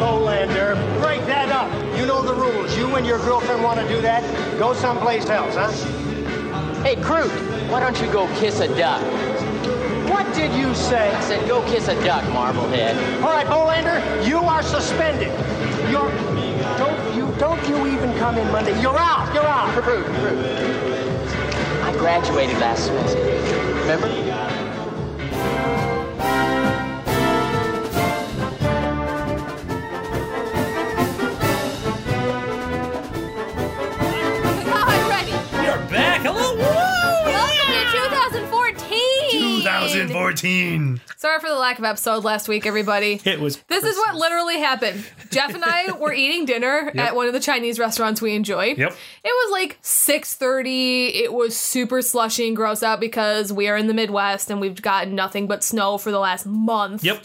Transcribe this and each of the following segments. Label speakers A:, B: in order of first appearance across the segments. A: Bolander. Break that up. You know the rules. You and your girlfriend want to do that? Go someplace else, huh?
B: Hey, Groot, why don't you go kiss a duck?
A: What did you say?
B: I said, go kiss a duck, Marblehead.
A: All right, Bolander, you are suspended. You're don't you don't you even come in Monday. You're out. You're out.
B: Groot, Groot. I graduated last semester. Remember?
C: Alrighty.
D: You're back. Hello. Woo!
C: Welcome to 2014.
D: 2014.
C: Sorry for the lack of episode last week, everybody.
D: It was.
C: This is what literally happened. Jeff and I were eating dinner at one of the Chinese restaurants we enjoy.
D: Yep.
C: It was like 6:30. It was super slushy and gross out because we are in the Midwest and we've gotten nothing but snow for the last month.
D: Yep.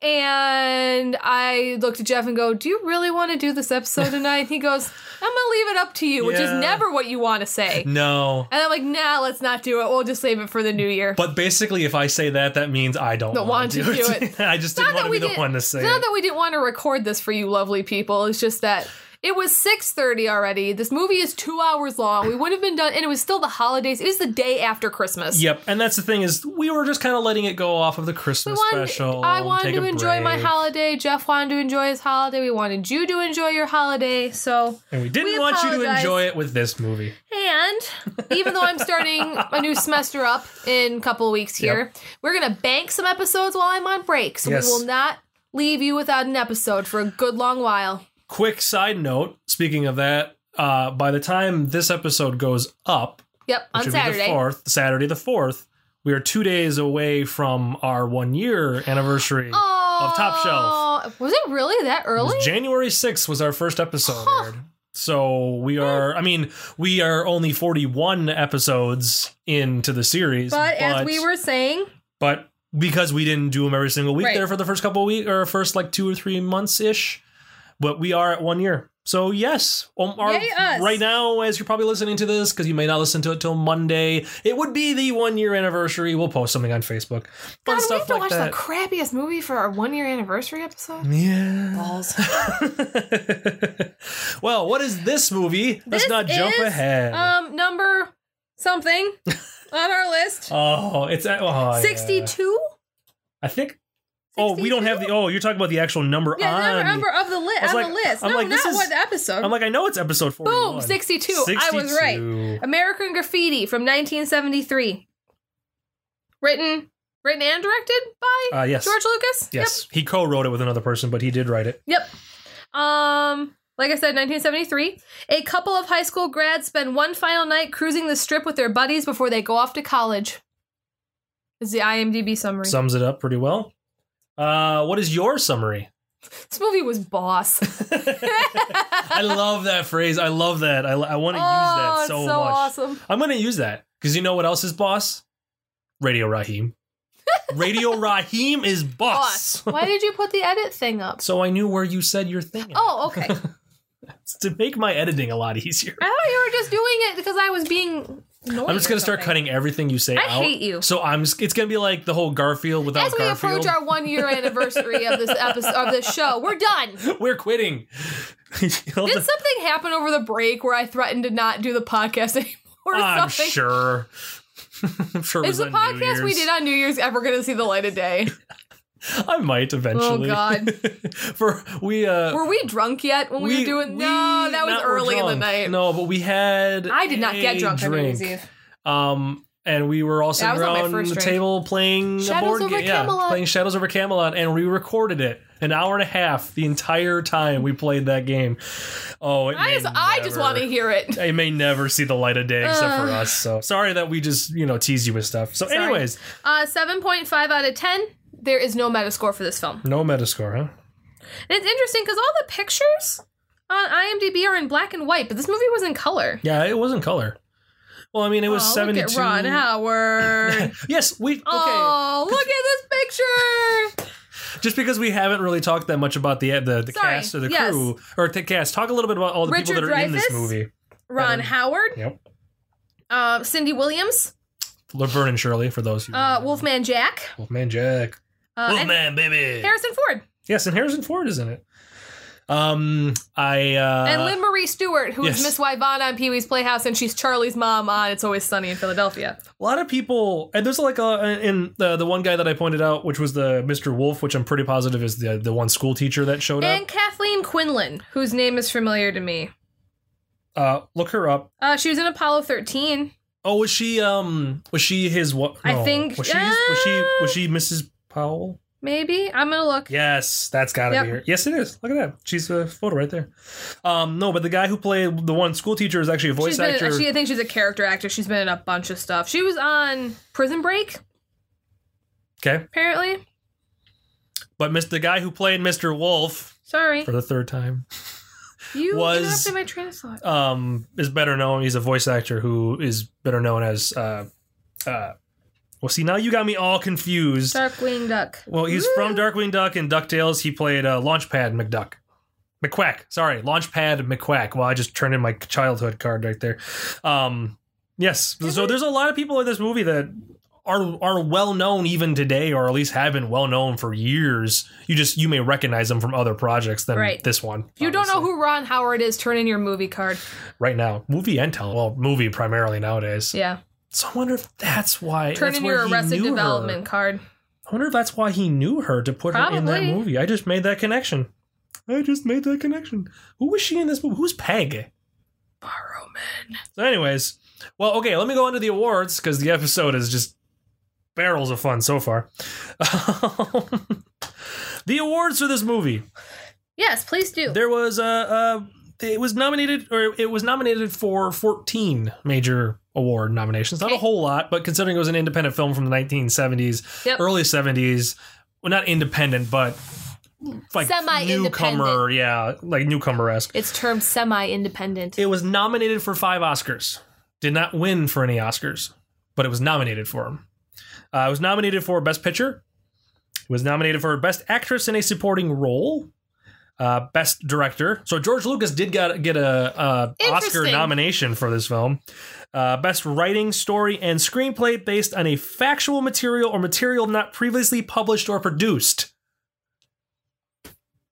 C: And I looked at Jeff and go, "Do you really want to do this episode tonight?" he goes, "I'm going to leave it up to you," which is
D: Yeah.
C: never what you want to say.
D: No.
C: And I'm like, "Nah, let's not do it. We'll just save it for the new year."
D: But basically, if I say that, that means I don't,
C: Don't
D: wanna
C: want to do it.
D: I just
C: It's
D: didn't want to be the
C: didn't-
D: one to say
C: it's not
D: it.
C: that we didn't want to record this for you lovely people it's just that it was 6.30 already this movie is two hours long we would have been done and it was still the holidays it is the day after christmas
D: Yep. And that's the thing is, we were just kind of letting it go off of the
C: We
D: Christmas
C: wanted-
D: special.
C: I
D: and
C: wanted
D: take
C: to
D: a
C: enjoy my
D: break.
C: holiday. Jeff wanted to enjoy his holiday. We wanted you to enjoy your holiday. So,
D: And we didn't
C: We
D: want you to
C: apologize.
D: enjoy it with this movie.
C: and even though I'm starting a new semester up in a couple of weeks here, we're going to bank some episodes while I'm on break. So,
D: Yes.
C: we will not leave you without an episode for a good long while.
D: Quick side note. Speaking of that, uh, by the time this episode goes up,
C: Yep,
D: which
C: on
D: would
C: Saturday.
D: be the fourth, Saturday the fourth, we are two days away from our one year anniversary of Top Shelf.
C: Shelf. Was it really that early?
D: January sixth was our first episode aired. So we are I mean, we are only forty one episodes into the series.
C: but as we were saying,
D: but because we didn't do them every single week
C: Right.
D: there for the first couple of weeks or first like two or three months ish. But we are at one year. So yes, um, our-
C: Yay, us.
D: right now, as you're probably listening to this, because you may not listen to it till Monday, it would be the one year anniversary. We'll post something on Facebook, fun
C: God, we have
D: stuff
C: to
D: like
C: watch the
D: that.
C: crappiest movie for our one year anniversary episode.
D: yeah.
C: Balls.
D: well, what is this movie? Let's
C: This
D: not jump
C: is,
D: ahead.
C: Um, number something on our list.
D: oh, it's oh, yeah.
C: Sixty-two.
D: I think. Oh, we don't have the. Oh, you're talking about the actual number
C: Yeah,
D: on.
C: the number of the list.
D: was
C: On
D: like-
C: the list.
D: I'm
C: no,
D: like, this
C: not
D: is-
C: what episode.
D: I'm like, I know it's episode 41.
C: Boom, 62. I was right.
D: 62.
C: American Graffiti from 1973. Written, written and directed by
D: Uh, yes.
C: George Lucas.
D: Yes. He co wrote it with another person, but he did write it.
C: Yep. Um, like I said, 1973. A couple of high school grads spend one final night cruising the strip with their buddies before they go off to college. Is the IMDb summary.
D: Sums it up pretty well. Uh, what is your summary?
C: this movie was boss.
D: I love that phrase. I love that. I, I want to
C: oh,
D: use that
C: it's
D: so,
C: so
D: much.
C: awesome.
D: I'm going to use that because you know what else is boss? Radio Raheem. Radio Raheem is boss.
C: Boss. Why did you put the edit thing up?
D: So I knew where you said your thing.
C: Oh, okay. I
D: It's to make my editing a lot easier.
C: thought you were just doing it because I was being.
D: I'm just gonna start cutting everything you say
C: I
D: out.
C: hate you.
D: So I'm. just- It's gonna be like the whole Garfield without
C: As we
D: Garfield.
C: approach our one year anniversary of this episode of this show, we're done.
D: We're quitting. You'll have
C: Did
D: to-
C: something happen over the break where I threatened to not do the podcast anymore? Or
D: I'm
C: something?
D: sure. I'm sure. it
C: Is
D: was
C: the
D: on New
C: podcast we
D: Year's.
C: did on New Year's ever going to see the light of day?
D: I might eventually.
C: Oh, God.
D: For we. uh
C: Were we drunk yet when we, were doing?
D: we
C: no, that was
D: not were
C: early in the
D: drunk.
C: night.
D: No, but we had.
C: I did not get
D: a
C: drunk on New Year's
D: drink.
C: Eve.
D: Um, and we were all sitting
C: was not my
D: around the
C: first drink.
D: table playing a
C: Shadows
D: board
C: over
D: game. Yeah,
C: Camelot.
D: playing Shadows over Camelot, and we recorded it an hour and a half the entire time we played that game. Oh, it
C: I
D: may
C: just, I just
D: never-
C: want to hear it.
D: It may never see the light of day except for us. So sorry that we just you know tease you with stuff. So, anyways,
C: Uh, Seven point five out of ten. There is no Metascore for this film.
D: no Metascore, huh?
C: And it's interesting because all the pictures on IMDb are in black and white, but this movie was in color.
D: Yeah, it wasn't color. Well, I mean, it was
C: oh,
D: seventy-two.
C: Look at Ron Howard.
D: Yes, we okay.
C: Oh, look at this picture.
D: Just because we haven't really talked that much about the uh, the, the
C: Sorry,
D: cast or the
C: yes.
D: crew or the cast, talk a little bit about all the
C: Richard
D: people that are in this
C: Dreyfuss?
D: movie.
C: Ron
D: Evan.
C: Howard.
D: Yep.
C: Uh, Cindy Williams.
D: Laverne and Shirley, for those who
C: Uh, Wolfman Jack.
D: Wolfman Jack,
C: Uh, and
D: Wolfman baby.
C: Harrison Ford.
D: Yes, and Harrison Ford is in it. Um, I uh,
C: and Lynn Marie Stewart, who is Miss
D: yes.
C: Wyvana on Pee Wee's Playhouse, and she's Charlie's mom on It's Always Sunny in Philadelphia.
D: a lot of people, and there's like a in the the one guy that I pointed out, which was the Mr. Wolf, which I'm pretty positive is the the one school teacher that showed up.
C: And Kathleen Quinlan, whose name is familiar to me.
D: Uh, look her up.
C: Uh, she was in Apollo 13.
D: Oh, was she um was she his what?
C: I think- uh,
D: was she was she was she Mrs. Powell?
C: Maybe I'm gonna look.
D: Yes, that's got to
C: Yep.
D: be her. Yes, it is. Look at that. She's a photo right there. Um, no, but the guy who played the one school teacher is actually a voice
C: She's been.
D: actor.
C: In, she, I think she's a character actor. She's been in a bunch of stuff. She was on Prison Break,
D: okay,
C: apparently.
D: but Mr. the guy who played Mr. Wolf
C: Sorry,
D: for the third time
C: you
D: was-
C: interrupted my train of thought.
D: um is better known. He's a voice actor who is better known as uh uh. Well, see, now you got me all confused.
C: Darkwing Duck.
D: Well, he's from Darkwing Duck and DuckTales. He played uh, Launchpad McDuck. McQuack. Sorry, Launchpad McQuack. Well, I just turned in my childhood card right there. Um, yes. So there's a lot of people in this movie that are are well known even today, or at least have been well known for years. You just you may recognize them from other projects than
C: Right.
D: this one.
C: If you don't know
D: obviously.
C: who Ron Howard is, turn in your movie card.
D: right now, movie and tele. Well, movie primarily nowadays.
C: Yeah,
D: So I wonder if that's why.
C: turn
D: that's
C: in
D: where
C: your
D: he
C: Arrested
D: knew her.
C: Development card.
D: I wonder if that's why he knew her to put her in that
C: Probably.
D: movie. I just made that connection. I just made that connection. Who was she in this movie? Who's Peg?
C: Borrowman.
D: So, anyways, well, okay, let me go on to the awards because the episode is just barrels of fun so far. Um, the awards for this movie.
C: Yes, please do.
D: There was a. Uh, uh, it was nominated, or it was nominated for 14 major award nominations. Not a
C: Okay.
D: whole lot, but considering it was an independent film from the 1970s,
C: Yep.
D: early 70s well not independent but like
C: Semi-independent.
D: newcomer yeah like newcomer-esque
C: It's termed semi-independent.
D: it was nominated for five oscars did not win for any oscars but it was nominated for them uh, it was nominated for best picture it was nominated for best actress in a supporting role uh, best director so george lucas did get, get a, uh oscar
C: Interesting.
D: nomination for this film uh, best writing story and screenplay based on a factual material or material not previously published or produced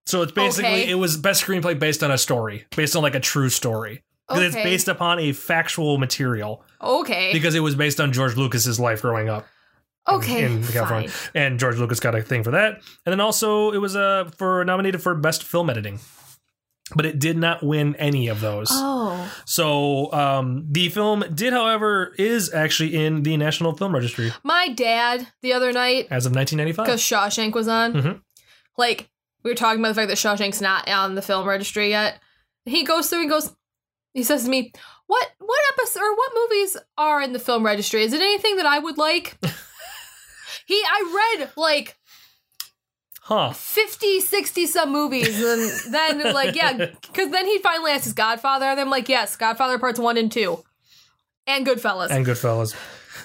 D: so it's basically
C: Okay.
D: it was best screenplay based on a story based on like a true story because it's
C: Okay.
D: based upon a factual material
C: okay.
D: because it was based on george lucas's life growing up
C: okay.
D: in California.
C: fine.
D: and George Lucas got a thing for that. And then also it was uh for nominated for best film editing. But it did not win any of those.
C: Oh,
D: So um, the film did, however, is actually in the National Film Registry
C: my dad the other night
D: as of 1995.
C: because Shawshank was on.
D: Mhm.
C: Like we were talking about the fact that Shawshank's not on the film registry yet. He goes through and goes. He says to me, "What what episode or what movies are in the film registry? Is it anything that I would like?" he I read like
D: Huh.
C: 50, 60 some movies and then like yeah, because then he finally asks his Godfather and I'm like yes, Godfather parts one and two, and Goodfellas.
D: And Goodfellas.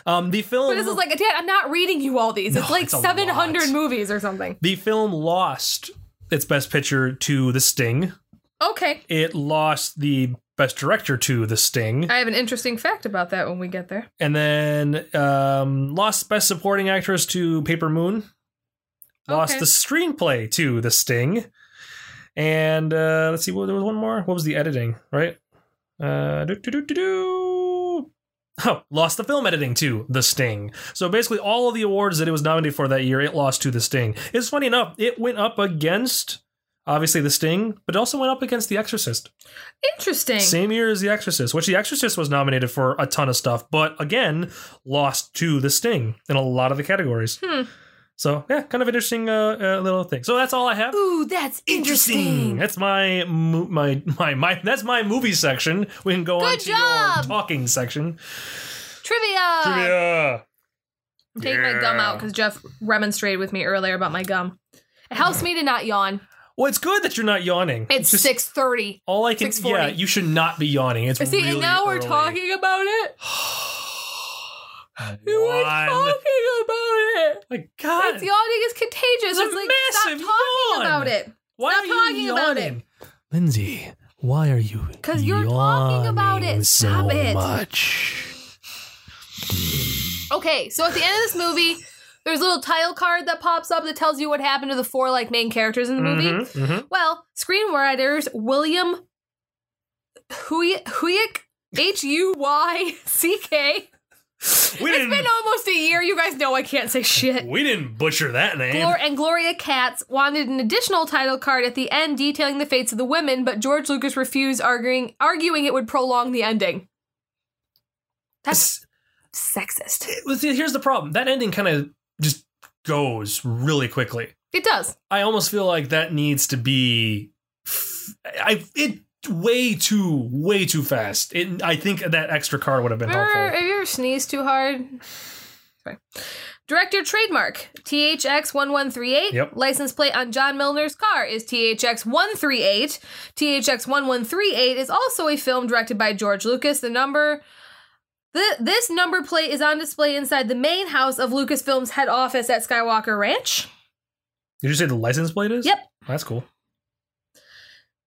D: Um, the film.
C: but this is like, Dad, I'm not reading you all these. It's
D: No,
C: like
D: it's a
C: 700
D: lot.
C: movies or something.
D: the film lost its best picture to The Sting.
C: Okay.
D: It lost the best director to The Sting.
C: I have an interesting fact about that when we get there.
D: and then um, lost Best Supporting Actress to Paper Moon. Lost
C: Okay.
D: the screenplay to The Sting, and uh, let's see, what there was one more. What was the editing? Right? Uh, do, do, do, do, do. Oh, lost the film editing to The Sting. So basically, all of the awards that it was nominated for that year, it lost to The Sting. It's funny enough, it went up against obviously The Sting, but it also went up against The Exorcist.
C: Interesting.
D: Same year as The Exorcist, which The Exorcist was nominated for a ton of stuff, but again, lost to The Sting in a lot of the categories.
C: Hmm.
D: So, yeah, kind of an interesting uh, uh, little thing. So that's all I have.
C: Ooh, that's interesting.
D: That's my mo- my my my. That's my movie section. We can go on
C: Good
D: to your
C: job. Uh,
D: talking section.
C: Trivia.
D: Trivia.
C: I'm taking my gum out because Jeff remonstrated with me earlier about my gum. It helps me to not yawn.
D: Well, it's good that you're not yawning.
C: It's
D: Just
C: six thirty.
D: All I can.
C: 6:40.
D: Yeah, you should not be yawning. It's
C: See,
D: really
C: and now we're
D: early.
C: talking about it. We We're
D: One.
C: talking about it.
D: My God.
C: It's yawning is contagious.
D: It's a
C: It's like stop
D: massive
C: talking
D: yawn.
C: about it.
D: Why
C: Stop
D: are you
C: talking about it.
D: yawning? Lindsay, why are you?
C: Because you're talking about it. Stop it.
D: much.
C: Okay, so at the end of this movie, There's a little title card that pops up that tells you what happened to the four like main characters in the movie.
D: Mhm, mhm.
C: Well, screenwriters William Huy- Huyck, H U Y C K.
D: We
C: It's been
D: didn't.
C: almost a year. You guys know I can't say shit.
D: We didn't butcher that name.
C: Glor- and Gloria Katz wanted an additional title card at the end detailing the fates of the women, but George Lucas refused, arguing arguing it would prolong the ending. That's
D: It's-
C: sexist.
D: it was- here's the problem. That ending kind of just goes really quickly.
C: It does.
D: I almost feel like that needs to be. f- I it way too way too fast. It, I think that extra card would have been
C: Remember,
D: helpful.
C: have you ever sneezed too hard? Sorry. Director trademark THX one one three eight.
D: Yep.
C: License plate on John Milner's car is THX one three eight. THX one one three eight is also a film directed by George Lucas. The number. The, this number plate is on display inside the main house of Lucasfilm's head office at Skywalker Ranch.
D: Did you say the license plate is?
C: Yep.
D: That's cool.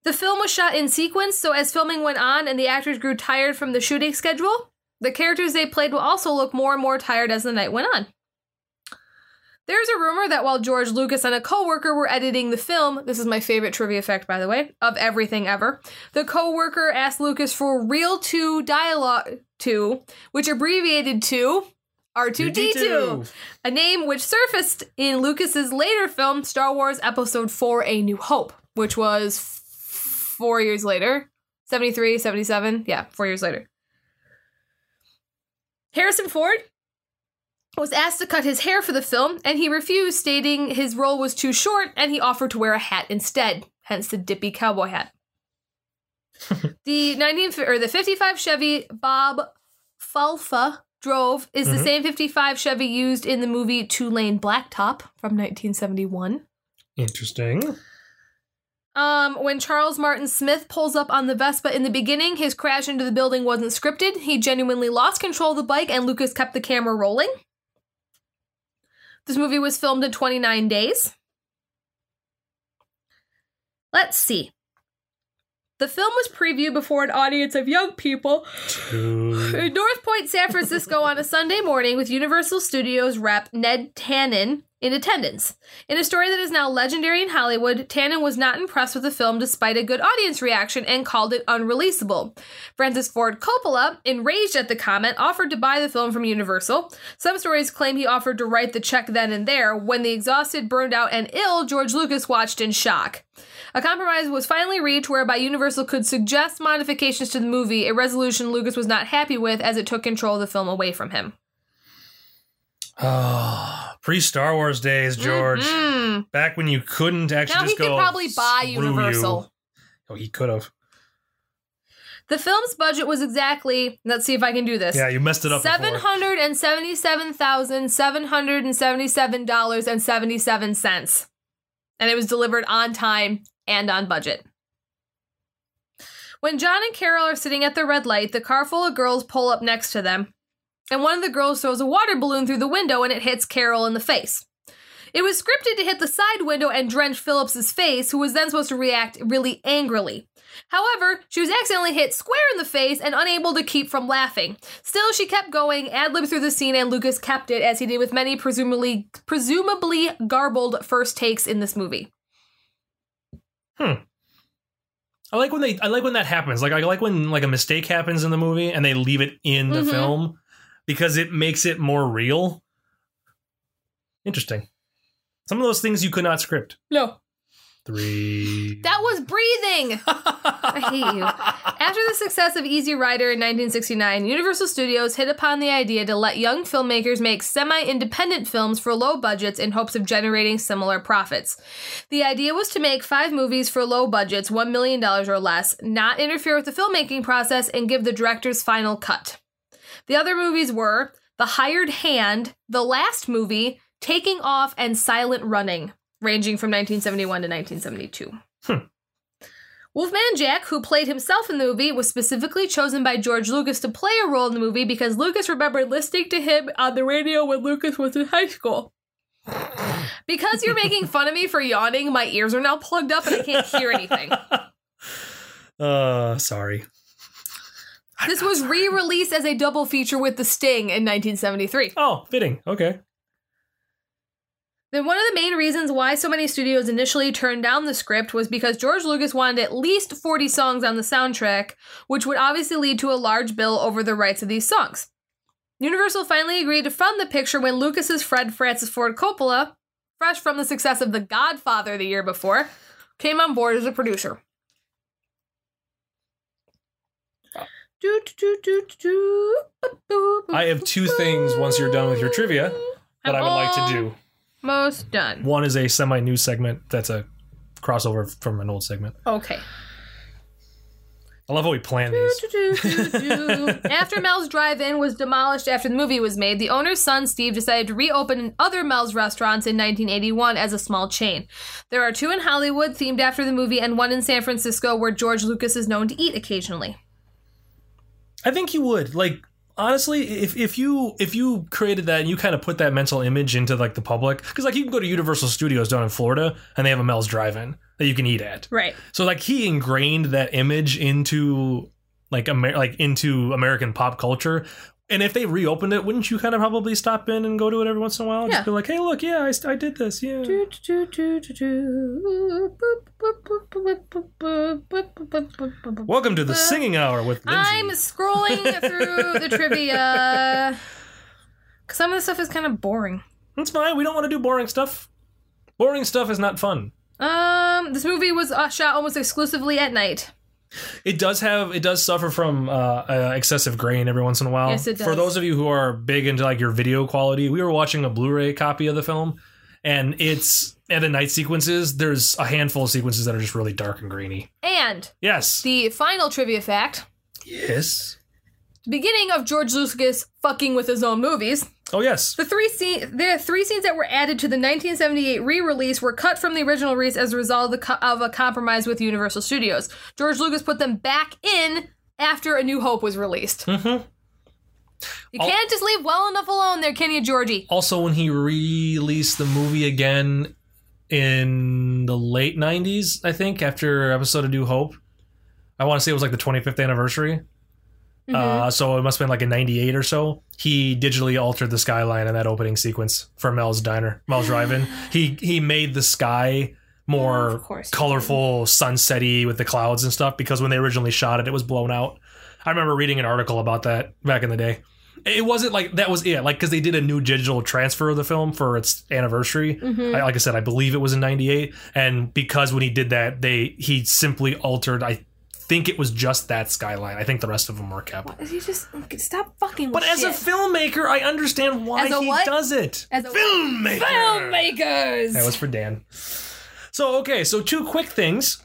C: The film was shot in sequence, so as filming went on and the actors grew tired from the shooting schedule, the characters they played will also look more and more tired as the night went on. There's a rumor that while George Lucas and a coworker were editing the film, this is my favorite trivia fact, by the way, of everything ever. The coworker asked Lucas for real two dialogue two, which abbreviated to R2D2, a name which surfaced in Lucas's later film, Star Wars Episode 4 A New Hope, which was f- four years later 73, 77. Yeah, four years later. Harrison Ford was asked to cut his hair for the film, and he refused, stating his role was too short and he offered to wear a hat instead, hence the dippy cowboy hat. the 19 or the 55 Chevy Bob Falfa drove is the
D: Mhm.
C: same 55 Chevy used in the movie Two Lane Blacktop from 1971.
D: Interesting.
C: Um, when Charles Martin Smith pulls up on the Vespa in the beginning, his crash into the building wasn't scripted. He genuinely lost control of the bike, and Lucas kept the camera rolling. This movie was filmed in 29 days. Let's see. The film was previewed before an audience of young people
D: Two.
C: in North Point, San Francisco on a Sunday morning with Universal Studios rep Ned Tannen in attendance. In a story that is now legendary in Hollywood, Tannen was not impressed with the film despite a good audience reaction and called it unreleasable. Francis Ford Coppola, enraged at the comment, offered to buy the film from Universal. Some stories claim he offered to write the check then and there. When the exhausted, burned out, and ill, George Lucas watched in shock. A compromise was finally reached whereby Universal could suggest modifications to the movie, a resolution Lucas was not happy with as it took control of the film away from him.
D: Oh, pre Star Wars days, George.
C: Mm.
D: Back when you couldn't actually
C: Now
D: just
C: he could
D: go,
C: probably buy
D: "Screw
C: Universal.
D: you." Oh, he could have.
C: The film's budget was exactly, let's see if I can do this.
D: Yeah, you messed it up. before.
C: Seven hundred and seventy-seven thousand seven hundred and seventy-seven dollars and seventy-seven cents, and it was delivered on time and on budget. When John and Carol are sitting at the red light, the car full of girls pull up next to them, and one of the girls throws a water balloon through the window and it hits Carol in the face. It was scripted to hit the side window and drench Phillips's face, who was then supposed to react really angrily. However, she was accidentally hit square in the face and unable to keep from laughing. Still, she kept going, ad lib through the scene, and Lucas kept it as he did with many presumably presumably garbled first takes in this movie.
D: I like when they. I like when that happens. Like I like when like a mistake happens in the movie and they leave it in the
C: Mhm.
D: film because it makes it more real. Interesting. Some of those things you could not script.
C: No,
D: Three.
C: that was breathing. I hate you. After the success of Easy Rider in 1969, Universal Studios hit upon the idea to let young filmmakers make semi independent films for low budgets in hopes of generating similar profits. The idea was to make five movies for low budgets, $1 million or less, not interfere with the filmmaking process, and give the director's final cut. The other movies were The Hired Hand, The Last Movie, Taking Off, and Silent Running, ranging from 1971 to 1972. Wolfman Jack, who played himself in the movie, was specifically chosen by George Lucas to play a role in the movie because Lucas remembered listening to him on the radio when Lucas was in high school. Because you're making fun of me for yawning, my ears are now plugged up and I can't hear anything.
D: Uh, sorry.
C: This was re released as a double feature with The Sting in 1973.
D: Oh, fitting. Okay.
C: Then one of the main reasons why so many studios initially turned down the script was because George Lucas wanted at least 40 songs on the soundtrack, which would obviously lead to a large bill over the rights of these songs. Universal finally agreed to fund the picture when Lucas's Fred Francis Ford Coppola, fresh from the success of The Godfather the year before, came on board as a producer. Do, do, do, do, do.
D: I have two things once you're done with your trivia that I would like to do.
C: Most done.
D: One is a semi new segment that's a crossover from an old segment.
C: Okay.
D: I love how we plan these.
C: after Mel's Drive In was demolished after the movie was made, the owner's son, Steve, decided to reopen other Mel's restaurants in 1981 as a small chain. There are two in Hollywood themed after the movie and one in San Francisco where George Lucas is known to eat occasionally.
D: I think you would. Like honestly, if if you if you created that and you kind of put that mental image into like the public, because like you can go to Universal Studios down in Florida and they have a Mel's Drive-In that you can eat at.
C: Right.
D: So like he ingrained that image into like Amer- like into American pop culture. And if they reopened it, wouldn't you kind of probably stop in and go to it every once in a while?
C: Yeah.
D: Just be like, hey, look, yeah, I, st- I did this, yeah. Welcome to the singing hour with Lindsay.
C: Uh, I'm scrolling through the trivia. 'Cause Some of the stuff is kind of boring.
D: It's fine. We don't want to do boring stuff. Boring stuff is not fun.
C: Um, this movie was uh, shot almost exclusively at night.
D: It does have it does suffer from uh, uh, excessive grain every once in a while.
C: Yes, it does.
D: For those of you who are big into like your video quality, we were watching a Blu-ray copy of the film, and it's and the night sequences. There's a handful of sequences that are just really dark and grainy.
C: And
D: Yes.
C: the final trivia fact:
D: yes.
C: the beginning of George Lucas fucking with his own movies.
D: Oh yes.
C: The three scene, the three scenes that were added to the 1978 re-release were cut from the original release as a result of, the co- of a compromise with Universal Studios. George Lucas put them back in after A New Hope was released.
D: Mhm.
C: You
D: Al-
C: can't just leave well enough alone, there, Kenny and Georgie.
D: Also, when he released the movie again in the late '90s, I think after episode of New Hope, I want to say it was like the 25th anniversary.
C: Mm-hmm.
D: Uh, so it must have been like a 98 or so. He digitally altered the skyline in that opening sequence for Mel's Diner, Mel's Drive-In. He he made the sky
C: Of
D: more
C: course he
D: colorful, sunsetty with the clouds and stuff because when they originally shot it, it was blown out. I remember reading an article about that back in the day. It wasn't like that was it, like because they did a new digital transfer of the film for its anniversary.
C: Mm-hmm.
D: I, like I said, I believe it was in '98, and because when he did that, they he simply altered. I think it was just that skyline. I think the rest of them were kept.
C: You just stop fucking.
D: But as a filmmaker, I understand why
C: As a
D: he
C: what?
D: does it.
C: As a
D: filmmaker.
C: filmmakers.
D: That was for Dan. So okay, so two quick things.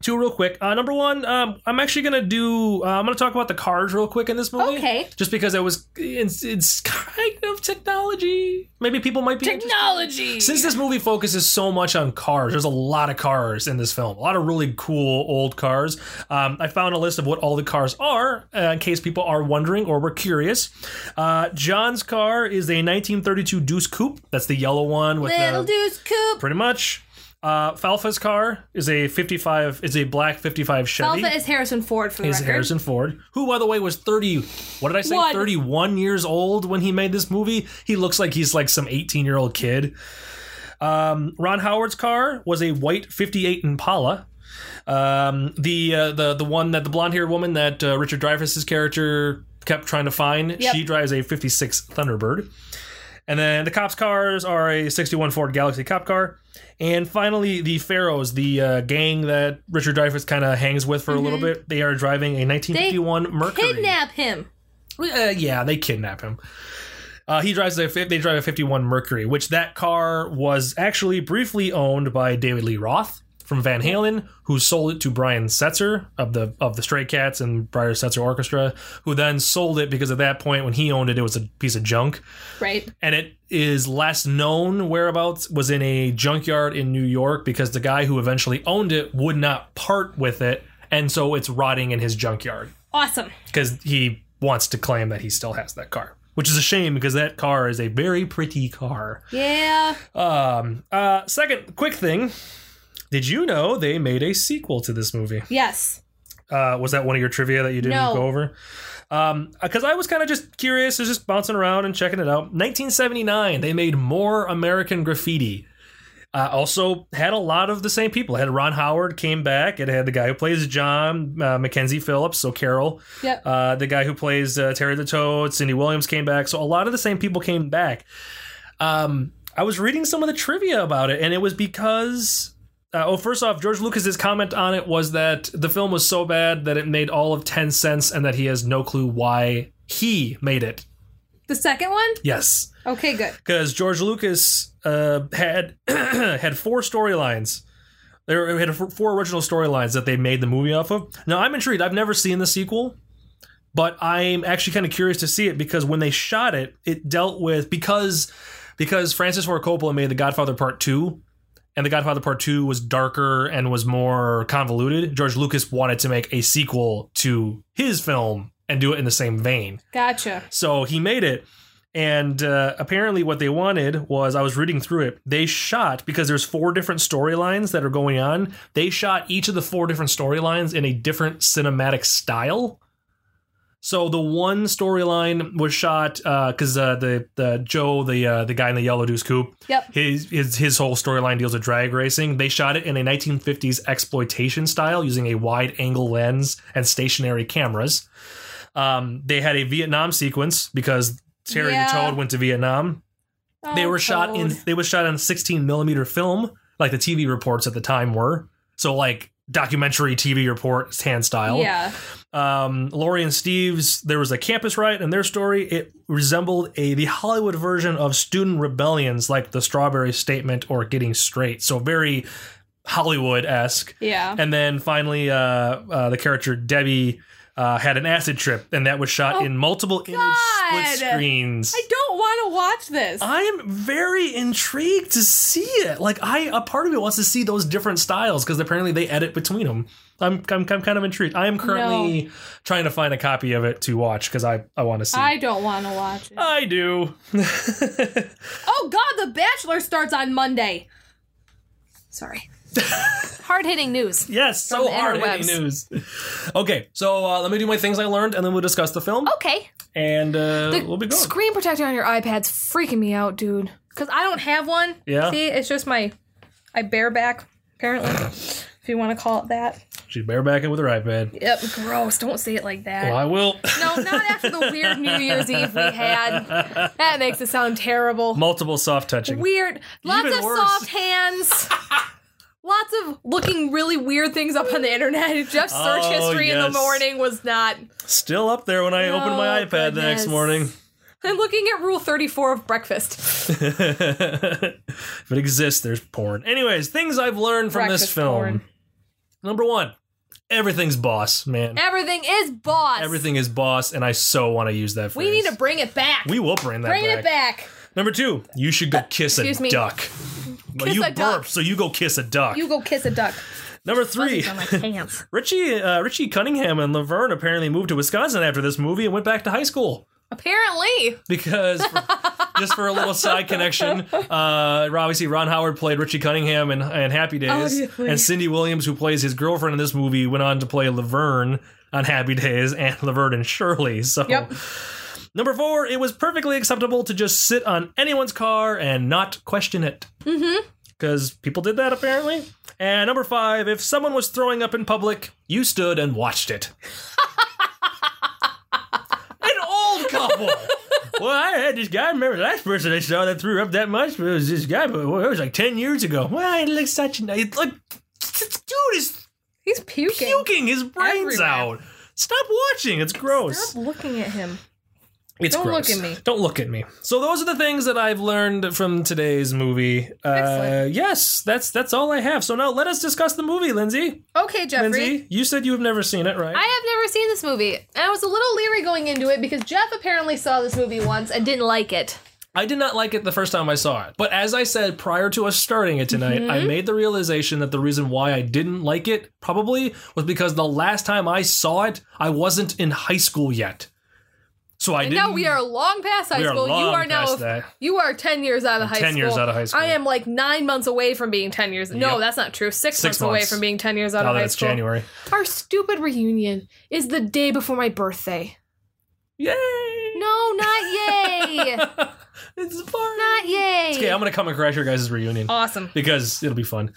D: Two real quick. Uh, number one, um, I'm actually gonna do. Uh, I'm gonna talk about the cars real quick in this movie.
C: Okay.
D: Just because it was, it's, it's kind of technology. Maybe people might be interested.
C: technology.
D: Since this movie focuses so much on cars, there's a lot of cars in this film. A lot of really cool old cars. Um, I found a list of what all the cars are uh, in case people are wondering or were curious. Uh, John's car is a 1932 Deuce Coupe. That's the yellow one with
C: Little
D: the
C: Deuce Coupe.
D: pretty much. Uh, Falfa's car is a 55 is a black 55 Chevy.
C: Alpha is Harrison Ford for the
D: is
C: record.
D: Harrison Ford, who by the way was 30 what did I say
C: One.
D: 31 years old when he made this movie. He looks like he's like some 18-year-old kid. Um, Ron Howard's car was a white 58 Impala. Um, the uh, the the one that the blonde haired woman that uh, Richard Dreyfuss's character kept trying to find,
C: Yep.
D: she drives a 56 Thunderbird. And then the cops' cars are a 61 Ford Galaxy cop car. And finally, the Pharaohs, the uh, gang that Richard Dreyfuss kind of hangs with for a little bit, they are driving a 1951 Mercury.
C: Kidnap him.
D: Uh, yeah, they kidnap him. Uh, he drives a fi- they drive a 51 Mercury, which that car was actually briefly owned by David Lee Roth from Van Halen, who sold it to Brian Setzer of the of the Stray Cats and Brian Setzer Orchestra, who then sold it because at that point when he owned it, it was a piece of junk
C: Right.
D: and it is last known whereabouts was in a junkyard in New York because the guy who eventually owned it would not part with it, and so it's rotting in his junkyard
C: Awesome.
D: because he wants to claim that he still has that car, which is a shame because that car is a very pretty car.
C: Yeah.
D: Um, uh, second quick thing. Did you know they made a sequel to this movie?
C: Yes.
D: Uh, was that one of your trivia that you didn't
C: No.
D: go over? Because I was kind of just curious, I was just bouncing around and checking it out. 1979, they made more American graffiti. Uh, also had a lot of the same people. It had Ron Howard came back. It had the guy who plays John uh, Mackenzie Phillips, so Carol.
C: Yep.
D: Uh, the guy who plays uh, Terry the Toad, Cindy Williams came back. So a lot of the same people came back. Um, I was reading some of the trivia about it, and it was because. Uh, oh, first off, George Lucas's comment on it was that the film was so bad that it made all of 10 cents and that he has no clue why he made it.
C: The second one?
D: Yes
C: Okay, good.
D: because George Lucas uh, had had four storylines. There had f- four original storylines that they made the movie off of. Now I'm intrigued. I've never seen the sequel, but I'm actually kind of curious to see it because when they shot it, it dealt with because because Francis Ford Coppola made The Godfather Part Two, and The Godfather Part Two was darker and was more convoluted. George Lucas wanted to make a sequel to his film and do it in the same vein.
C: Gotcha.
D: So he made it. And uh, apparently, what they wanted was I was reading through it. They shot because there's four different storylines that are going on. They shot each of the four different storylines in a different cinematic style. So the one storyline was shot because uh, the the Joe, the uh, the guy in the yellow deuce coupe,
C: Yep.
D: his his his whole storyline deals with drag racing. They shot it in a 1950s exploitation style using a wide angle lens and stationary cameras. Um, they had a Vietnam sequence because Terry
C: Yeah.
D: the Toad went to Vietnam. they
C: Oh,
D: were shot in
C: Toad.
D: they was shot on 16 millimeter film, like the TV reports at the time were. So like documentary TV report hand style
C: Yeah.
D: um, Lori and Steve's, there was a campus riot in their story. It resembled a the Hollywood version of student rebellions like the Strawberry Statement or Getting Straight. So very Hollywood esque.
C: Yeah.
D: And then finally, uh, uh, the character Debbie uh, had an acid trip, and that was shot
C: Oh,
D: in multiple image
C: God.
D: split screens.
C: I don't want to watch this.
D: I am very intrigued to see it. Like I, a part of me wants to see those different styles because apparently they edit between them. I'm, I'm, I'm kind of intrigued. I am currently trying to find a copy of it to watch because I, I want to see.
C: I don't want to watch it.
D: I do.
C: Oh God, The Bachelor starts on Monday. Sorry. Hard hitting news.
D: yes, so
C: From the
D: hard hitting news. Okay, so uh, let me do my things I learned, and then we'll discuss the film,
C: Okay.
D: and uh,
C: Oh. The
D: we'll be going.
C: screen protector on your iPad's freaking me out, dude. Cause I don't have one.
D: Yeah.
C: See, it's just my I bareback apparently, if you want to call it that.
D: She's barebacking with her iPad.
C: Yep. Gross. Don't say it like that.
D: Well, I will.
C: No, not after the weird New Year's Eve we had. That makes it sound terrible.
D: Multiple soft touching.
C: Weird. Lots
D: Even
C: of
D: worse.
C: soft hands. Lots of looking really weird things up on the internet. Jeff's search
D: Oh,
C: history in
D: yes.
C: the morning was not.
D: Still up there when I opened my
C: Oh,
D: iPad the next
C: goodness.
D: morning.
C: I'm looking at Rule 34 of breakfast.
D: if it exists, there's porn. Anyways, things I've learned from this
C: Breakfast
D: film.
C: porn.
D: Number one, everything's boss, man.
C: Everything is boss.
D: Everything is boss, and I so want to use that phrase.
C: We need to bring it back.
D: We will bring that
C: bring
D: back.
C: it back. Uh,
D: Number two, you should go kiss a
C: excuse me.
D: duck. Well,
C: Kiss
D: you
C: a
D: burp,
C: duck.
D: so you go kiss a duck.
C: You go kiss a duck.
D: Number three,
C: On my pants.
D: Richie uh, Richie Cunningham and Laverne apparently moved to Wisconsin after this movie and went back to high school.
C: Apparently.
D: Oh. because for- just for a little side connection, uh, obviously Ron Howard played Richie Cunningham in, in Happy Days,
C: Obviously.
D: and Cindy Williams, who plays his girlfriend in this movie, went on to play Laverne on Happy Days and Laverne and Shirley. So.
C: Yep.
D: Number four, it was perfectly acceptable to just sit on anyone's car and not question it. Mm-hmm. Because people did that apparently. And number five, if someone was throwing up in public, you stood and watched it. An old couple. well, I had this guy. I remember the last person I saw that threw up that much but it was this guy, but well, it was like ten years ago. Well, it looks such a nice. Like, this dude is
C: He's puking.
D: puking his brains
C: Everywhere.
D: out. Stop watching. It's gross.
C: Stop looking at him.
D: It's
C: Don't look
D: gross.
C: at me.
D: Don't look at me. So those are the things that I've learned from today's movie. Uh,
C: Excellent.
D: yes, that's that's all I have. So now let us discuss the movie, Lindsay.
C: Okay, Jeffrey.
D: Lindsay, you said you have never seen it, right?
C: I have never seen this movie, and I was a little leery going into it because Jeff apparently saw this movie once and didn't like it.
D: I did not like it the first time I saw it. But as I said prior to us starting it tonight,
C: Mm-hmm.
D: I made the realization that the reason why I didn't like it probably was because the last time I saw it, I wasn't in high school yet. So I
C: and
D: didn't.
C: now we are long past high
D: we are
C: school. You
D: long
C: are now
D: past that.
C: you are ten years out of
D: I'm
C: high
D: 10
C: school.
D: years out of high school.
C: I am like nine months away from being ten years. No,
D: Yep.
C: that's not true. Six,
D: Six
C: months, away
D: months.
C: from being ten years out
D: now
C: of
D: that
C: high
D: it's
C: school.
D: January.
C: Our stupid reunion is the day before my birthday.
D: Yay!
C: No, not yay.
D: it's a party.
C: Not yay.
D: Okay, I'm gonna come and crash your guys' reunion
C: awesome.
D: because it'll be fun.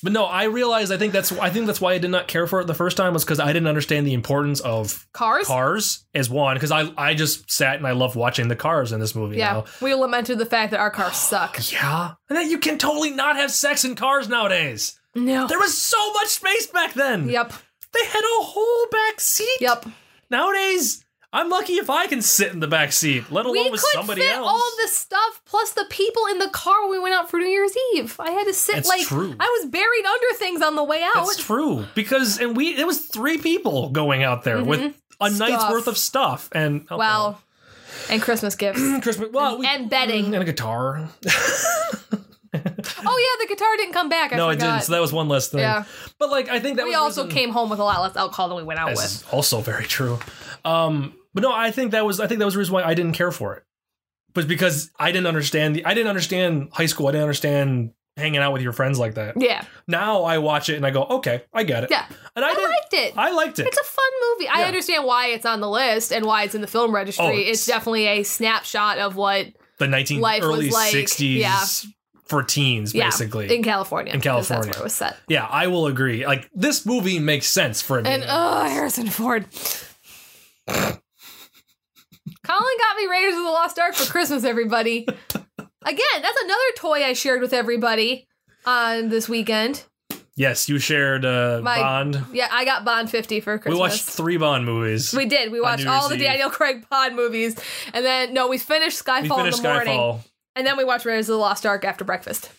D: But no, I realized I think that's I think that's why I did not care for it the first time was because I didn't understand the importance of
C: Cars?
D: cars as one because I I just sat and I loved watching the cars in this movie.
C: yeah.
D: now.
C: We lamented the fact that our cars suck.
D: yeah, and that you can totally not have sex in cars nowadays.
C: No.
D: There was so much space back then.
C: Yep.
D: they had a whole back seat.
C: Yep.
D: Nowadays, I'm lucky if I can sit in the back seat, let alone
C: We
D: with
C: could
D: somebody
C: fit
D: else.
C: all the stuff plus the people in the car when we went out for New Year's Eve. I had to sit
D: That's
C: like
D: true.
C: I was buried under things on the way out.
D: That's true because and we it was three people going out there with a night's
C: Mm-hmm. Stuff.
D: worth of stuff and alcohol.
C: Well, and Christmas gifts. Oh,
D: Christmas well we, mm,
C: and bedding.
D: and a guitar.
C: oh yeah, the guitar didn't come back. I
D: no,
C: forgot.
D: it didn't. So that was one less thing.
C: Yeah.
D: But like I think that
C: we
D: was
C: also
D: reason-
C: came home with a lot less alcohol than we went out
D: This
C: with.
D: is also very true. Um, but no, I think that was I think that was the reason why I didn't care for it. Was because I didn't understand the I didn't understand high school. I didn't understand hanging out with your friends like that.
C: Yeah,
D: Now I watch it and I go, okay, I get it.
C: yeah.
D: and I,
C: I
D: didn't,
C: liked it.
D: I liked it.
C: It's a fun movie. I
D: Yeah.
C: understand why it's on the list and why it's in the film registry.
D: Oh,
C: it's,
D: it's-
C: definitely a snapshot of what
D: the 19
C: Life was
D: early
C: like-
D: 60s
C: yeah.
D: for teens
C: yeah,
D: basically
C: in California.
D: In
C: 'cause
D: California.
C: that's where it was set.
D: yeah i will agree like this movie makes sense for me
C: And oh, Harrison Ford. Colin got me Raiders of the Lost Ark for Christmas, everybody. Again, that's another toy I shared with everybody on this weekend.
D: yes you shared uh,
C: My-
D: bond
C: Yeah, I got Bond 50 for
D: we
C: Christmas.
D: watched three bond movies
C: We did. We
D: on
C: watched
D: New
C: all
D: Year's
C: the
D: Eve.
C: Daniel Craig Bond movies. And then, no, we finished Skyfall
D: We
C: in
D: finished
C: the morning.
D: skyfall
C: And then we watched Raiders of the Lost Ark after breakfast.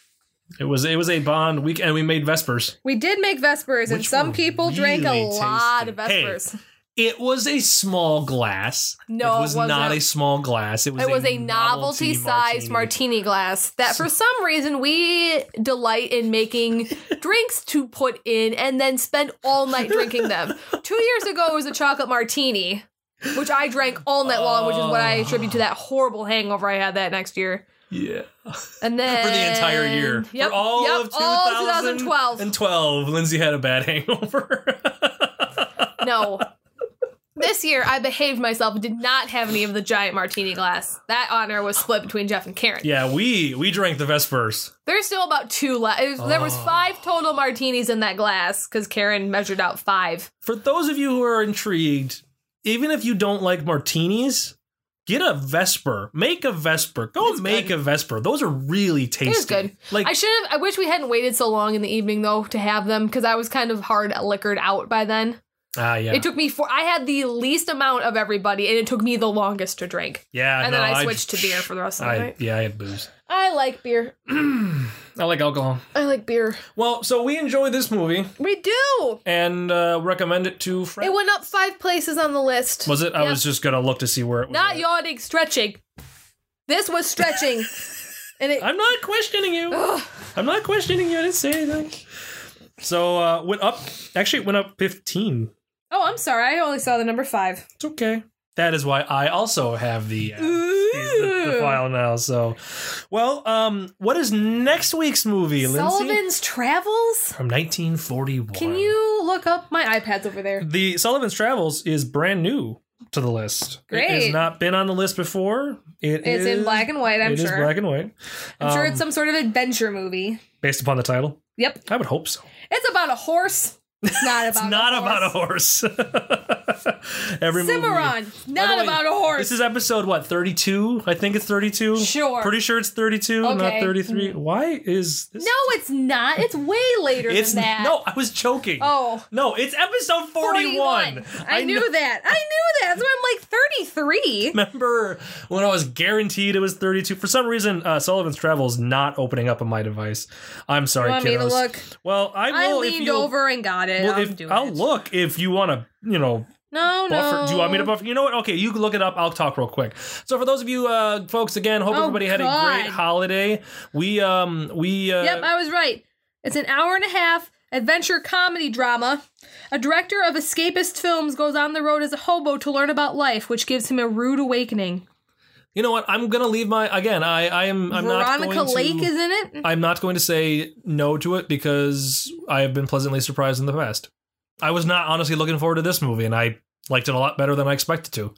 D: it was it was a bond week and we made vespers
C: We did make Vespers, and
D: Which
C: some
D: were
C: people drank a
D: really
C: lot
D: tasty.
C: of Vespers.
D: it was a small glass
C: No,
D: it
C: it
D: was not
C: wasn't.
D: a small glass it was,
C: It was a novelty sized martini. glass that for some reason we delight in making drinks to put in and then spend all night drinking them. Two years ago, it was a chocolate martini, which I drank all night long, which is what I attribute to that horrible hangover I had that next year.
D: yeah
C: And then
D: for the entire year
C: Yep,
D: for all
C: yep,
D: of
C: all
D: 2012
C: 2012.
D: and 12 lindsay had a bad hangover
C: no. This year, I behaved myself and did not have any of the giant martini glass. That honor was split between Jeff and Karen.
D: Yeah, we we drank the Vespers.
C: There's still about two left. There
D: Oh.
C: was five total martinis in that glass because Karen measured out five.
D: For those of you who are intrigued, even if you don't like martinis, get a Vesper. Make a Vesper. Go make a Vesper. Those are really tasty.
C: It was good.
D: Like
C: I should have. I wish we hadn't waited so long in the evening though to have them because I was kind of hard liquored out by then.
D: ah yeah
C: It took me four. I had the least amount of everybody, and it took me the longest to drink.
D: yeah.
C: And
D: no,
C: then I switched to beer for the rest of the
D: I,
C: night.
D: Yeah, I had booze.
C: I like beer.
D: I like alcohol.
C: I like beer.
D: Well, so we enjoy this movie
C: We do.
D: and uh, recommend it to friends.
C: It went up five places on the list.
D: was it? I
C: Yep.
D: was just gonna look to see where it was.
C: not
D: at.
C: yawning, stretching. This was stretching, and it
D: I'm not questioning you. I'm not questioning you. I didn't say anything. So uh went up. Actually, it went up 15.
C: Oh, I'm sorry. I only saw the number five.
D: It's okay. That is why I also have the, uh, the, the file now. So, well, um, what is next week's movie, Lindsay?
C: Sullivan's Travels?
D: From 1941.
C: Can you look up my iPad's over there?
D: The Sullivan's Travels is brand new to the list. It has
C: Great.
D: not been on the list before. It
C: It's in
D: is-
C: black and white, I'm
D: it is
C: sure.
D: black Um, and white,
C: I'm sure it's some sort of adventure movie.
D: based upon the title.
C: Yep.
D: I would hope so.
C: It's about a horse. It's not about
D: It's
C: a
D: not
C: horse.
D: about a horse. Every movie-
C: Cimarron.
D: By
C: Not
D: the way,
C: about a horse.
D: This is episode what thirty two? I think it's thirty two.
C: Sure.
D: Pretty sure it's thirty two, not
C: Okay. Mm.
D: thirty three. Why is this?
C: no, it's not. It's way later
D: it's
C: than that.
D: no. I was joking.
C: Oh.
D: no, it's episode forty one.
C: I, knew that. I knew that. That's why I'm like 33.
D: Remember when I was guaranteed it was 32? For some reason, uh, Sullivan's Travel is not opening up on my device. I'm sorry,
C: Want me to
D: kiddos.
C: look?
D: Well, I
C: I
D: will. if
C: leaned
D: you-
C: over and got it.
D: Well,
C: I'm
D: if,
C: doing
D: I'll
C: it.
D: look if you want to, you know,
C: No,
D: buffer.
C: no.
D: Do you want me to buffer? You know what? Okay, you can look it up. I'll talk real quick. So for those of you uh, folks, again, hope
C: Oh,
D: everybody had a
C: God.
D: great holiday. We um we uh,
C: Yep, I was right. It's an hour and a half, adventure comedy drama. A director of escapist films goes on the road as a hobo to learn about life, which gives him a rude awakening.
D: You know what? I'm gonna leave my again. I I am I'm not
C: Veronica
D: going
C: Lake
D: to,
C: is in it.
D: I'm not going to say no to it because I have been pleasantly surprised in the past. I was not honestly looking forward to this movie, and I liked it a lot better than I expected to.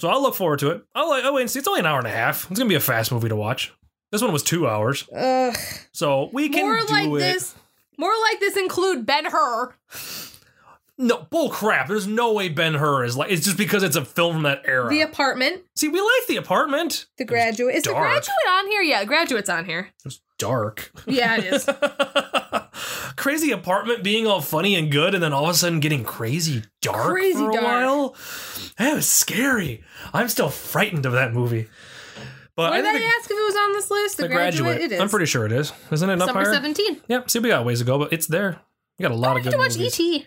D: So I'll look forward to it. I'll, I'll wait and see. It's only an hour and a half. It's gonna be a fast movie to watch. This one was two hours,
C: Ugh.
D: so we can
C: More
D: do
C: like
D: it.
C: this. More like this include Ben Hur.
D: No bull crap. There's no way Ben Hur is like. It's just because it's a film from that era.
C: The apartment.
D: see, we like The Apartment.
C: The graduate. Is the
D: dark.
C: graduate on here? Yeah, graduate's on here.
D: It was dark.
C: Yeah, it is.
D: crazy apartment being all funny and good, and then all of a sudden getting crazy dark
C: Crazy
D: for a
C: dark.
D: while. That was scary. I'm still frightened of that movie. But
C: What
D: I
C: did I
D: think
C: ask if it was on this list? The,
D: the, the graduate.
C: It is.
D: I'm pretty sure it is. Isn't it up
C: Summer
D: higher?
C: seventeen.
D: Yeah. See, we got a ways to go, but it's there. We got a lot
C: I
D: of
C: have
D: good
C: to watch E
D: movies.
C: E.T.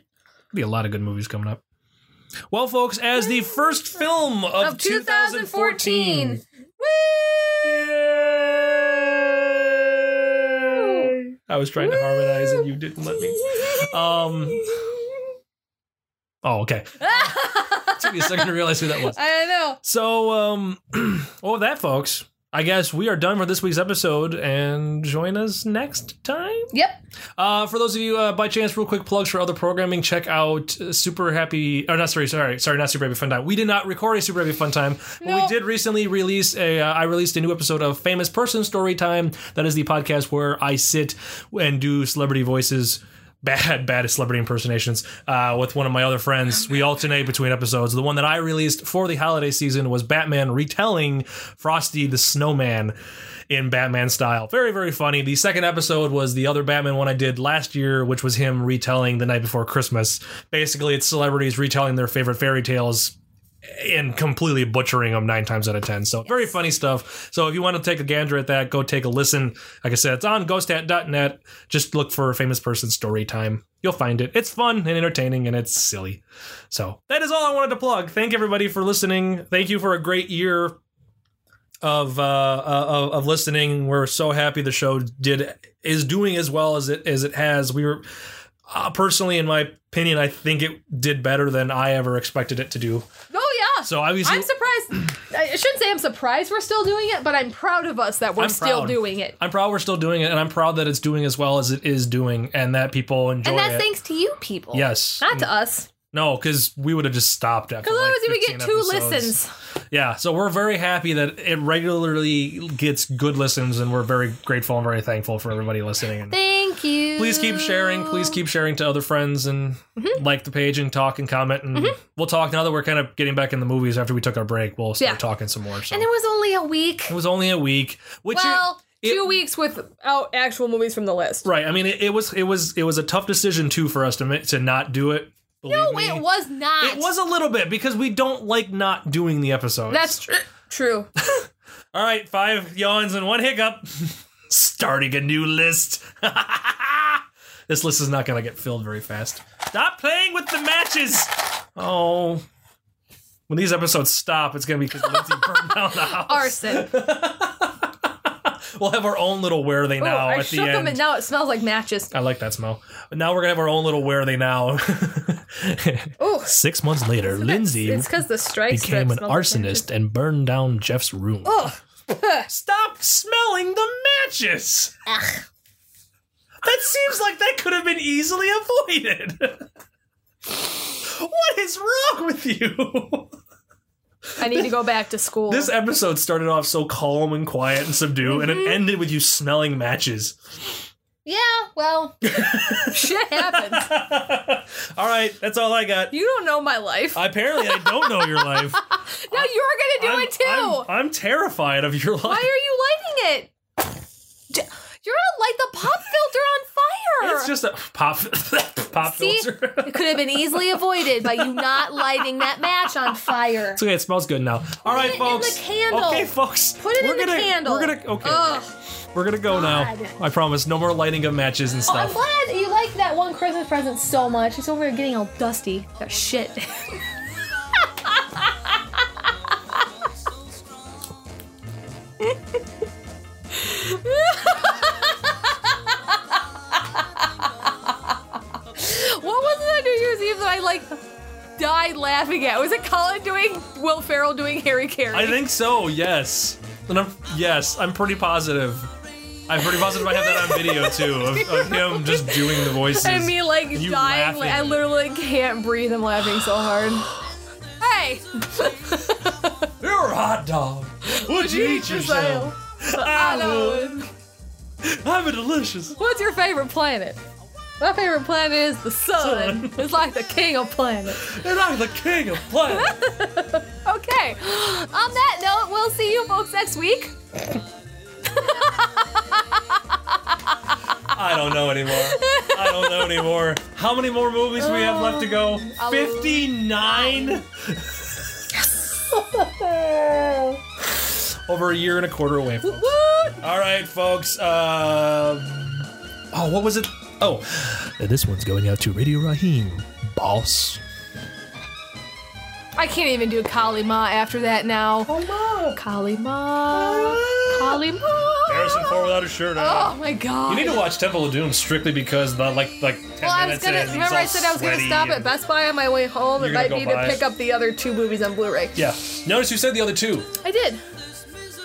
D: Be a lot of good movies coming up. Well, folks, as the first film of,
C: of 2014.
D: Yay! I was trying to harmonize and you didn't let me. Um. Oh, okay. Took me a second to realize who that was.
C: I know.
D: So, um, well, with that, folks, I guess we are done for this week's episode, and join us next time.
C: Yep.
D: Uh, for those of you, uh, by chance, real quick plugs for other programming. Check out uh, Super Happy. Oh, not sorry, sorry, sorry, not Super Happy Fun Time. We did not record a Super Happy Fun Time, but
C: No.
D: we did recently release a. Uh, I released a new episode of Famous Person Story Time. That is the podcast where I sit and do celebrity voices. Bad, bad celebrity impersonations uh, with one of my other friends. We alternate between episodes. The one that I released for the holiday season was Batman retelling Frosty the Snowman in Batman style. Very, very funny. The second episode was the other Batman one I did last year, which was him retelling The Night Before Christmas. Basically, it's celebrities retelling their favorite fairy tales and completely butchering them nine times out of ten. So, very funny stuff. So, if you want to take a gander at that, go take a listen. Like I said, it's on ghostat.net. Just look for Famous Person Story Time. You'll find it. It's fun and entertaining and it's silly. So, that is all I wanted to plug. Thank everybody for listening. Thank you for a great year of uh, uh of, of listening. We're so happy the show did is doing as well as it as it has. We were uh, personally, in my opinion, I think it did better than I ever expected it to do.
C: Oh yeah.
D: So obviously,
C: I'm surprised. I shouldn't say I'm surprised we're still doing it, but I'm proud of us that we're
D: I'm
C: still
D: proud.
C: doing it.
D: I'm proud we're still doing it, and I'm proud that it's doing as well as it is doing, and that people enjoy
C: and that's
D: it.
C: thanks to you people.
D: Yes.
C: Not to us.
D: no, because we would have just stopped after.
C: Because
D: like,
C: otherwise we
D: 15
C: get two
D: episodes.
C: listens.
D: Yeah, so we're very happy that it regularly gets good listens, and we're very grateful and very thankful for everybody listening. And
C: Thank you.
D: please keep sharing please keep sharing to other friends and
C: Mm-hmm.
D: like the page and talk and comment and we'll talk now that we're kind of getting back in the movies after we took our break we'll start
C: Yeah.
D: talking some more so
C: And it was only a week.
D: it was only a week which it-
C: Well,
D: it-
C: two weeks without actual movies from the list.
D: right i mean it, it was it was it was a tough decision too for us to ma- to not do it
C: No,
D: believe me.
C: it was not.
D: it was a little bit because we don't like not doing the episodes
C: That's tr- true.
D: all right five yawns and one hiccup starting a new list this list is not gonna get filled very fast stop playing with the matches Oh. When these episodes stop, it's going to be because Lindsay burned down the house.
C: Arson. Oh,
D: We'll have our own little where they now
C: I
D: at the
C: shook them
D: end.
C: and now it smells like matches.
D: I like that smell. But now we're going to have our own little where they now.
C: Oh,
D: Six months later, Lindsay
C: It's because the stripes that
D: became an
C: smell like matches.
D: arsonist and burned down Jeff's room.
C: Ugh.
D: Stop smelling the matches! That seems like that could have been easily avoided. what is wrong with you?
C: I need to go back to school.
D: This episode started off so calm and quiet and subdued, and
C: Mm-hmm.
D: it ended with you smelling matches.
C: yeah, well, shit happens.
D: all right, that's all I got.
C: You don't know my life.
D: Apparently, I don't know your life.
C: now you're gonna do
D: I'm,
C: it too.
D: I'm- I'm terrified of your life.
C: Why are you lighting it? J- You're gonna light the pop filter on fire.
D: it's just a pop, pop
C: See,
D: filter.
C: it could have been easily avoided by you not lighting that match on fire.
D: It's okay. It smells good now. All right,
C: it in
D: folks.
C: the candle.
D: Okay, folks.
C: Put it
D: we're
C: in the
D: gonna,
C: candle.
D: We're gonna okay.
C: Ugh.
D: We're gonna go
C: God.
D: now. I promise. No more lighting of matches and
C: Oh, I'm
D: stuff.
C: glad that you like that one Christmas present so much. It's over here getting all dusty. That shit. like died laughing at. Was it Colin doing Will Ferrell doing Harry Carey?
E: I think so. Yes, and I'm yes, I'm pretty positive. I'm pretty positive I have that on video too of, of him just doing the voices.
C: and me like
E: You
C: dying. Like,
E: laughing.
C: I literally can't breathe. I'm laughing so hard. Hey,
E: You're a hot dog. Would you eat yourself? I would.
C: Alan,
E: I'm a delicious.
C: What's your favorite planet? My favorite planet is the sun.
E: Sun.
C: it's like the king of planets.
E: And I'm the king of plants.
C: Okay. On that note, we'll see you folks next week.
E: I don't know anymore. I don't know anymore. How many more movies we have left to go?
C: Um,
E: Fifty-nine. Over a year and a quarter away. From
C: Woo!
E: All right, folks. Uh, oh, what was it? Oh, this one's going out to Radio Raheem, boss.
C: I can't even do Kali Ma after that now. Kali Ma. Kali Ma.
E: Harrison Ford without a shirt on.
C: Oh my god.
E: You need to watch Temple of Doom strictly because the like like ten
C: well, I
E: minutes
C: was gonna.
E: in, he's
C: Remember,
E: all
C: I said I was gonna
E: sweaty
C: stop
E: and-
C: at Best Buy on my way home. It
E: You're gonna
C: might
E: go
C: be to
E: buy-
C: pick up the other two movies on Blu-ray.
E: Yeah. Notice you said the other two
C: I did.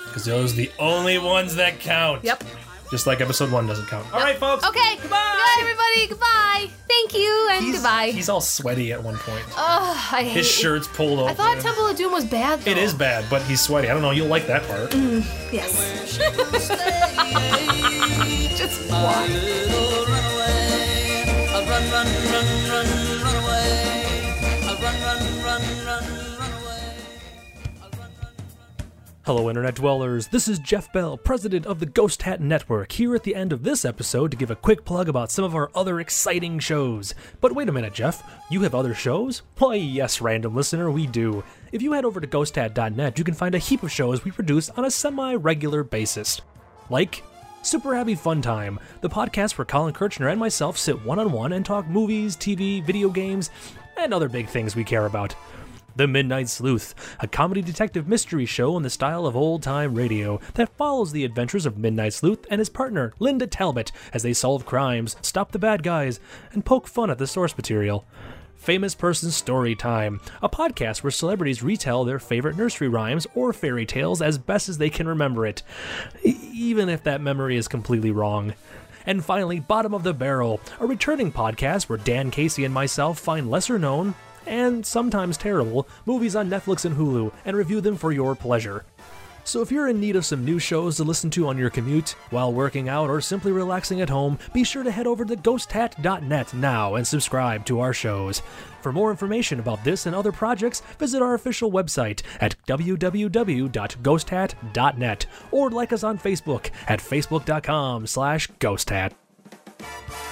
E: because those are the only ones that count.
C: Yep.
E: Just like episode one doesn't count. All right, folks.
C: Okay. Goodbye, everybody. Goodbye. Thank you and
E: He's,
C: goodbye.
E: he's all sweaty at one point.
C: Oh, I hate.
E: His shirt's pulled over.
C: I thought Temple of Doom was bad. Though.
E: it is bad, but he's sweaty. I don't know. You'll like that part.
C: Yes. Just watch.
F: little runaway. I'll run, run, run, run, run away. I'll run, run, run, run, run away.
D: Hello, Internet Dwellers. This is Jeff Bell, president of the Ghost Hat Network, here at the end of this episode to give a quick plug about some of our other exciting shows. But wait a minute, Jeff. You have other shows? Why, yes, random listener, we do. If you head over to ghosthat.net, you can find a heap of shows we produce on a semi regular basis. Like Super Happy Fun Time, the podcast where Colin Kirchner and myself sit one on one and talk movies, TV, video games, and other big things we care about. The Midnight Sleuth, a comedy detective mystery show in the style of old time radio that follows the adventures of Midnight Sleuth and his partner, Linda Talbot, as they solve crimes, stop the bad guys, and poke fun at the source material. Famous Person Story Time, a podcast where celebrities retell their favorite nursery rhymes or fairy tales as best as they can remember it, e- even if that memory is completely wrong. And finally, Bottom of the Barrel, a returning podcast where Dan Casey and myself find lesser known, and sometimes terrible, movies on Netflix and Hulu and review them for your pleasure. So if you're in need of some new shows to listen to on your commute, while working out, or simply relaxing at home, be sure to head over to ghosthat.net now and subscribe to our shows. For more information about this and other projects, visit our official website at www.ghosthat.net or like us on Facebook at facebook.com/ghosthat.